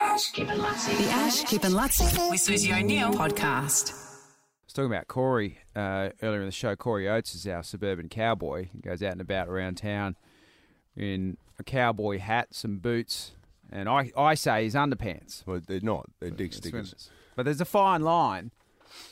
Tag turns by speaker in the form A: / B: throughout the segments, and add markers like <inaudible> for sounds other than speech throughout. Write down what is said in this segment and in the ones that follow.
A: Ash, Kip and Lutzi.
B: The Ash, Kip and Lutz with Susie O'Neill podcast.
C: was talking about Corey uh, earlier in the show. Corey Oates is our suburban cowboy. He goes out and about around town in a cowboy hat, some boots, and I, I say his underpants.
D: Well, they're not. They're dick
C: They're
D: stickers.
C: swimmers. But there's a fine line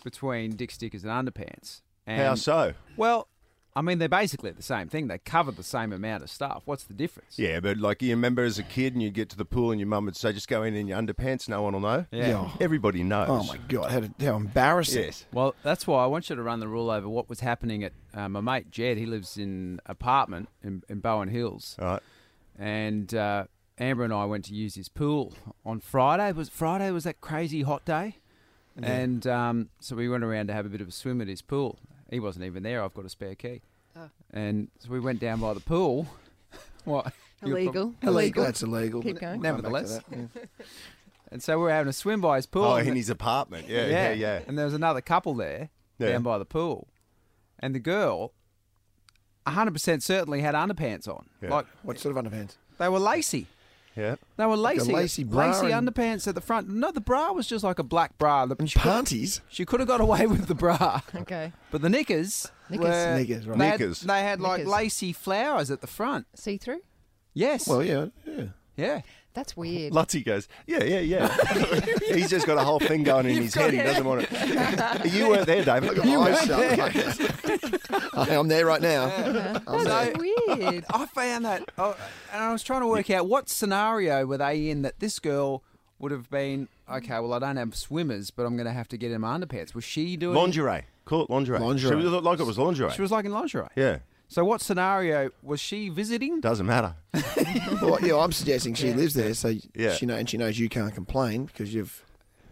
C: between dick stickers and underpants. And,
D: How so?
C: Well, I mean, they're basically the same thing. They cover the same amount of stuff. What's the difference?
D: Yeah, but like you remember as a kid and you'd get to the pool and your mum would say, just go in in your underpants, no one will know.
C: Yeah.
D: Everybody knows.
E: Oh my god, how, how embarrassing!
D: Yes.
C: Well, that's why I want you to run the rule over what was happening at uh, my mate Jed. He lives in apartment in, in Bowen Hills.
D: All right.
C: and uh, Amber and I went to use his pool on Friday. Was Friday was that crazy hot day, and um, so we went around to have a bit of a swim at his pool. He wasn't even there. I've got a spare key, and so we went down by the pool. <laughs> what you're prob-
F: Illegal.
E: Illegal. That's illegal.
F: Keep going.
E: We'll come back to
C: Nevertheless.
E: that, yeah.
C: and so we were having a swim by his pool.
D: Oh,
C: and
D: in
C: the-
D: his apartment.
E: <laughs>
D: Yeah, yeah, yeah.
C: And there was another couple there
D: Yeah.
C: down by the pool, and the girl, hundred percent certainly had underpants on.
D: Yeah.
C: Like
E: What sort of underpants?
C: they were lacy.
D: Yeah.
C: They were
E: a
C: lacy,
E: lacy bra
C: lacy
E: and-
C: underpants at the front. No, the bra was just like a black bra. The,
E: And
C: she, could,
E: panties.
C: <laughs> she could have got away with the
E: <laughs>
C: bra,
F: Okay.
C: but the knickers,
F: Knickers.
C: were-
E: Knickers, right.
C: They had,
D: Knickers.
C: they had like
F: Knickers.
C: lacy flowers at the front.
F: See through?
C: Yes.
E: Well, yeah, yeah.
C: yeah.
F: That's weird.
D: Lutzy goes, yeah,
C: <laughs>
D: yeah, yeah. He's just got a whole thing going in his head. He doesn't want
C: <laughs>
D: it. you weren't there, Dave. Look at my eyes shut.
E: <laughs> I'm there right now. I'm there.
F: That's weird.
C: I found that, oh, and I was trying to work out what scenario were they in that this girl would have been. Okay, well, I don't have swimmers, but I'm going to have to get in my underpants. Was she doing?
D: Lingerie. Call it lingerie.
E: Lingerie.
D: She looked like it was lingerie.
C: She was like in lingerie.
D: yeah.
C: So, what scenario was she visiting?
D: Doesn't
C: <laughs>
D: matter.
E: Well, yeah, I'm suggesting she lives there, so
D: Yeah.
E: she know, and she knows you can't complain because you've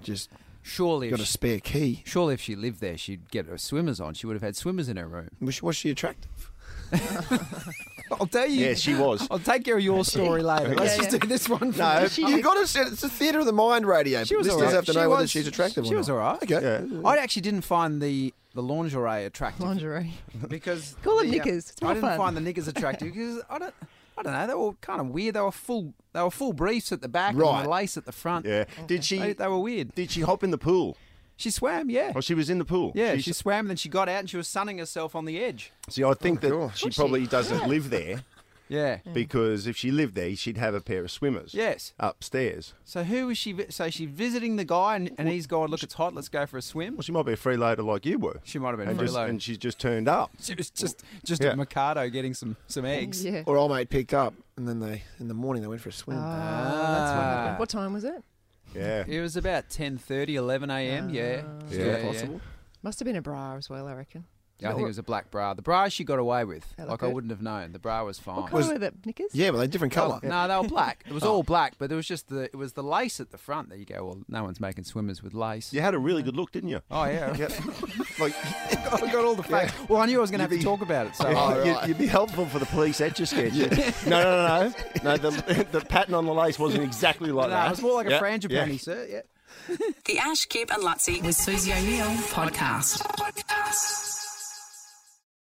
E: just
C: Surely, if
E: got a
C: she-
E: spare key.
C: Surely, if she lived there, she'd get her swimmers on. She would have had swimmers in her room.
E: Was she, was she attractive?
C: <laughs> I'll tell you.
D: Yeah, she was.
C: <laughs> I'll take care of your <laughs> story later. Let's just do this one. For
D: No,
E: you got to. It's a theatre of the mind radio.
C: She was
E: Listeners
C: alright.
E: have to
C: She
E: know whether
C: was-
E: she's attractive.
C: she
E: or
C: was
E: not.
C: alright.
E: Okay.
C: I actually didn't find the the <laughs> lingerie attractive
F: Lingerie.
C: because
F: <laughs> Call them
C: the, uh,
F: knickers. It's
C: I
F: more
C: didn't
F: fun.
C: find the knickers attractive because I don't. I don't know. They were kind of weird. They were full. They were full briefs at the back and
E: Right.
C: the lace at the front.
D: Yeah.
C: They,
D: Did she?
C: they were weird.
D: Did she hop in the pool?
C: She swam. Yeah.
D: Oh, she was in the pool.
C: Yeah. She,
D: She's-
C: swam. Then she got out and she was sunning herself on the edge.
D: See, I
C: Oh,
D: think
E: cool.
D: that she probably doesn't live there
C: Yeah.
D: because if she lived there, she'd have a pair of swimmers.
C: Mm. Yes.
D: Upstairs.
C: So who was she? vi- So she's visiting the guy, and, and he's going, "Look, it's hot. Let's go for a swim."
D: Well, she might be a freeloader like you were.
C: She might have been
D: and
C: a
D: just-
C: freeloader.
D: and she's just turned up.
C: <laughs> She was just just
D: Yeah.
C: at Mikado getting some some eggs.
F: Yeah.
E: Or old mate picked up, and then they in the morning they went for a swim.
F: Ah, that's what happened. What time was it?
D: Yeah.
C: It was about 10.30, 11 a.m. yeah.
F: Oh.
D: Yeah.
E: Is that possible?
F: Must have been a bra as well, I reckon.
C: Yeah, I think it was a black bra. The bra she got away with.
F: They
C: like
F: look
C: I
F: good.
C: wouldn't have known. The bra was fine.
F: What colour Oh. were the knickers?
E: Yeah, but they're different
C: Colour.
E: colour.
C: No, they were black. It was all black, but there was just the it was the lace at the front that you go. Well, no one's making swimmers with lace.
D: You had a really good look, didn't you?
F: <laughs>
C: Oh yeah. <laughs>
D: Like,
C: I got all the facts. Well, I knew I was going to have to talk about it. So
D: you, would be helpful for the police etch a sketch. No, no, no, no. No, the, the pattern on the lace wasn't exactly like
C: No,
D: that.
C: it was more like a
D: Yeah.
C: frangipani,
D: Yeah.
C: sir. Yeah.
B: The Ash, Kip and Lutzi with Susie O'Neill podcast. podcast.